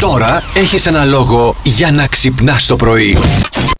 Τώρα έχεις ένα λόγο για να ξυπνάς το πρωί.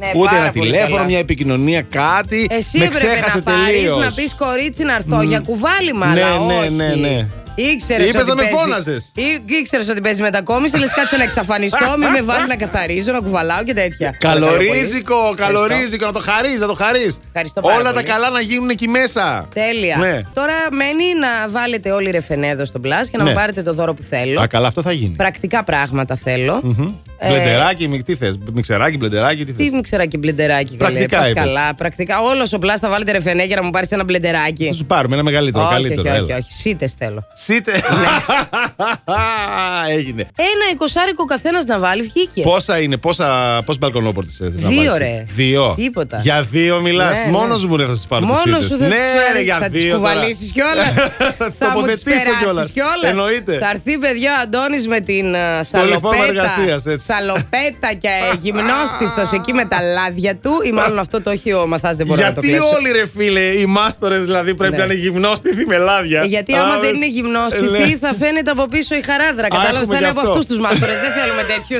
Ναι, Ούτε πάρα ένα πολύ τηλέφωνο, καλά. μια επικοινωνία, κάτι. Εσύ με έπρεπε ξέχασε να πάρεις τελείως. να πεις κορίτσι να έρθω για κουβάλιμα, Ναι, αλλά ναι, όχι. ναι, ναι. Ήξερες Είπες ότι. να με παίζει- φώναζες. Ή- Ήξερες ότι παίζει μετακόμιση, λες κάτσε να εξαφανιστώ, μην με βάλει να καθαρίζω, να κουβαλάω και τέτοια. Καλορίζικο, Ευχαριστώ. καλορίζικο, να το χαρείς, να το χαρείς. Ευχαριστώ πάρα Όλα τα πολύ. καλά να γίνουν εκεί μέσα. Τέλεια. Ναι. Τώρα μένει να βάλετε όλοι ρεφενέδο στον πλάσ και να Ναι. μου πάρετε το δώρο που θέλω. Α, καλά, αυτό θα γίνει. Πρακτικά πράγματα θέλω. Ε, Μπλεντεράκι, μικ- τι θες. Μιξεράκι, μπλεντεράκι, τι θε. Τι μου ξεράκι μπλεντεράκι, καλέ. Πρακτικά Πας είπες. καλά, πρακτικά. Όλος ο πλάσ θα βάλετε ρεφενέ για να μου πάρεις ένα μπλεντεράκι. Θα σου πάρουμε ένα μεγαλύτερο. όχι, καλύτερο. όχι, όχι, Ναι. έλα. όχι. Σίτες θέλω. Σίτε. Έγινε. Ένα εικοσάρικο καθένας να βάλει, βγήκε. Πόσα είναι, πόσα, πόσα μπαλκονόπορτες θες να Δύο, πάρεις? ρε. Δύο. Τίποτα. Για δύο μιλάς. Ναι, ναι. Μόνος μου ρε θα τις πάρω τις Μόνος σίτες. σου δεν ναι, τις φέρεις, ρε, για θα τις δύο. τώρα. κουβαλήσεις κιόλας. θα τις μου τις τοποθετήσω περάσεις κιόλας. κιόλας. Εννοείται. Θα έρθει παιδιά ο Αντώνης με την ε, λιθόντρο σαλοπέτα. εργασίας, έτσι. Σαλοπέτα και γυμνόστιθος εκεί με τα λάδια του. Ή μάλλον αυτό το έχει ο Μαθάς δεν μπορεί να το Γιατί κλέψει. όλοι ρε φίλε, οι μάστορες δηλαδή πρέπει Ναι. να είναι γυμνόστιθοι με λάδια. Ε, Γιατί άμα Άμες. δεν είναι Ε, ναι. γυμνόστιθη θα φαίνεται από πίσω η χαράδρα. Κατάλαβες, έχουμε θα και είναι από αυτό. αυτούς τους μάστορες. Δεν θέλουμε τέτοιους.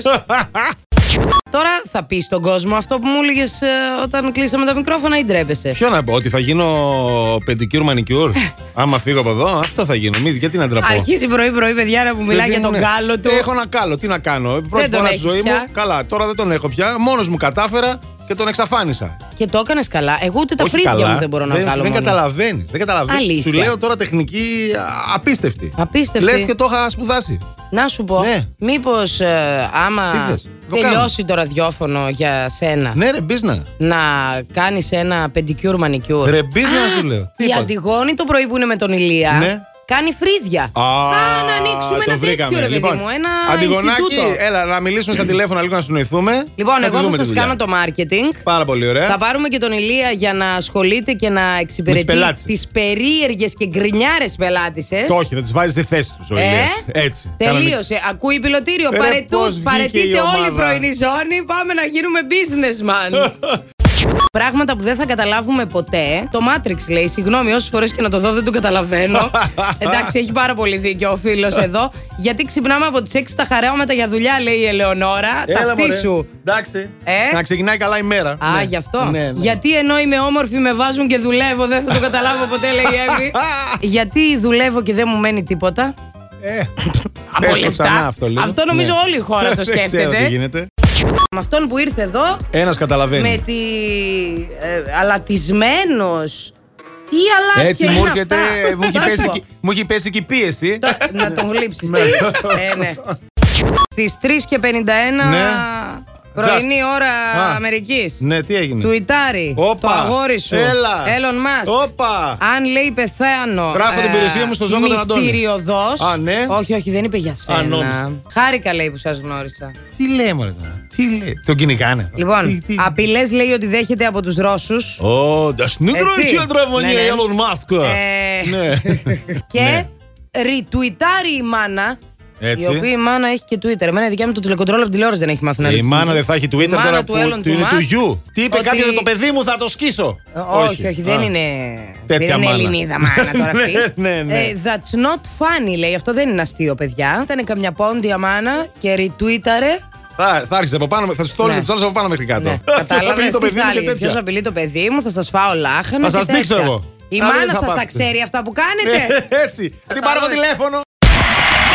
Τώρα θα πεις στον κόσμο αυτό που μου έλεγες όταν κλείσαμε τα μικρόφωνα ή ντρέπεσαι. Ποιο να πω, ότι θα γίνω πεντικιούρ μανικιούρ. Άμα φύγω από εδώ, αυτό θα γίνω. Μη, γιατί να ντραπώ. Ε. Αρχίζει πρωί-πρωί, παιδιά, να μου μιλάει για Παιδί μου, τον ναι. κάλο του. Έχω ένα κάλο, τι να κάνω. Πρώτη τον φορά στη έχεις ζωή πια. μου. Καλά, τώρα δεν τον έχω πια. Μόνος μου κατάφερα και τον εξαφάνισα. Και το έκανες καλά. Εγώ ούτε τα Όχι φρύδια καλά, μου δεν μπορώ να δεν, βγάλω. Δεν μόνος. καταλαβαίνεις. Δεν καταλαβαίνεις. Αλήθεια. Σου λέω τώρα τεχνική α, απίστευτη. Απίστευτη. Λες και το είχα σπουδάσει. Να σου πω, Ναι. μήπως Τι άμα θες, το τελειώσει το ραδιόφωνο για σένα, Ναι, ρε μπίζνα. να κάνεις ένα πεντικιούρ μανικιούρ. Ρε μπίζνα σου λέω. Τι Η είπα. Αντιγόνη το πρωί που είναι με τον Ηλία Ναι. κάνει φρύδια. Α, να ανοίξουμε το ένα βρήκαμε. τέτοιο ρε παιδί Λοιπόν, μου. Ένα Αντιγονάκη, Ινστιτούτο. έλα να μιλήσουμε στα τηλέφωνα λίγο να συνοηθούμε. Λοιπόν, τη εγώ δούμε θα τη σας δουλειά. Ε. κάνω το marketing. Πάρα πολύ ωραία. Θα πάρουμε και τον Ηλία για να ασχολείται και να εξυπηρετεί πελάτσες. τι περίεργες και γκρινιάρες πελάτησες. Το όχι, θα τις βάζει στη θέση τους ο Ε, Ηλίας. Έτσι. Τελείωσε. Ακούει πιλωτήριο. Ρε, Παρετού, πώς βγήκε η παρετείτε ομάδα. όλη η πρωινή ζώνη. Πάμε να γίνουμε businessman. Πράγματα που δεν θα καταλάβουμε ποτέ. Το Matrix λέει: Συγγνώμη, όσες φορές και να το δω δεν το καταλαβαίνω. Εντάξει, έχει πάρα πολύ δίκιο ο φίλος εδώ. Γιατί ξυπνάμε από τις 6 τα χαρέωματα για δουλειά, λέει η Ελεονόρα. Έλα, Ταυτί μωρέ. σου. Εντάξει. Ε. Να ξεκινάει καλά η μέρα. Α, Ναι. γι' αυτό. Ναι, ναι. Γιατί ενώ είμαι όμορφη, με βάζουν και δουλεύω, δεν θα το καταλάβω ποτέ, λέει η Εύη. Γιατί δουλεύω και δεν μου μένει τίποτα. Ε, Από πες το λεφτά. ξανά αυτό λίγο. Αυτό νομίζω Ναι. όλη η χώρα το Δεν ξέρω τι σκέφτεται. γίνεται. Με αυτόν που ήρθε εδώ, Ένας καταλαβαίνει. με τη. Ε, αλατισμένος. Τι αλάτια Έτσι είναι μου έρχεται. αυτά. μου έχει Να σου πέσει πω. και- Μου έχει πέσει και η πίεση. Το- Να τον γλύψεις. Ναι. ε, ναι. Στις 3 και 51 Ναι. πρωινή ώρα Α. Αμερικής. Ναι, τι έγινε. Τουιτάρι. Όπα. Το αγόρι σου. Έλα. Elon Musk. Όπα. Αν λέει πεθαίνω. Γράφω την περιουσία μου στο ζώμα τον Αντώνη. μυστηριωδός. Α, ναι. Όχι, όχι, δεν είπε για σένα. νόμιζα. Χάρηκα λέει που σας γνώρισα. Τι λέει μωρέ τώρα. Τι λέει. Τον κυνηγάνε. Τι- Λοιπόν, τι- απειλές λέει ότι δέχεται από τους Ρώσους. Ω, τα σνίγροϊκή τραυμανία, Ναι, ναι. Elon Musk. Ναι. Και Ναι. ριτουιτάρει η μάνα. Η οποία Έτσι. η μάνα έχει και Twitter. Εμένα η δικιά μου το τηλεκοντρόλ από τηλεόραση δεν έχει μάθει να Ε, Η ριτουιτάρει. μάνα δεν θα έχει Twitter μάνα τώρα του που Elon του είναι του του Musk γιου. Τι είπε ότι- κάποιος το παιδί μου θα το σκίσω. Ε, Όχι, όχι, δεν Α. είναι. Τέτοια δεν είναι μάνα. Ελληνίδα μάνα τώρα αυτή. Ναι, ναι, ναι. Ε, that's not funny, λέει. Αυτό δεν είναι αστείο, παιδιά. Ήταν καμιά πόντια μάνα και ριτουίταρε. Θα, θα άρχισε από πάνω, θα στόλισε Ναι. τους άλλους από πάνω μέχρι κάτω. Ναι. Ποιος Κατάλαβε απειλεί το παιδί μου και τέτοια. Ποιο απειλεί το παιδί μου, θα σας φάω λάχανα. Θα και σας δείξω τέτοια. εγώ. Η Άρα δεν μάνα θα σας τα πάθετε. ξέρει αυτά που κάνετε. Ε, Έτσι. Θα την πάρω το τηλέφωνο.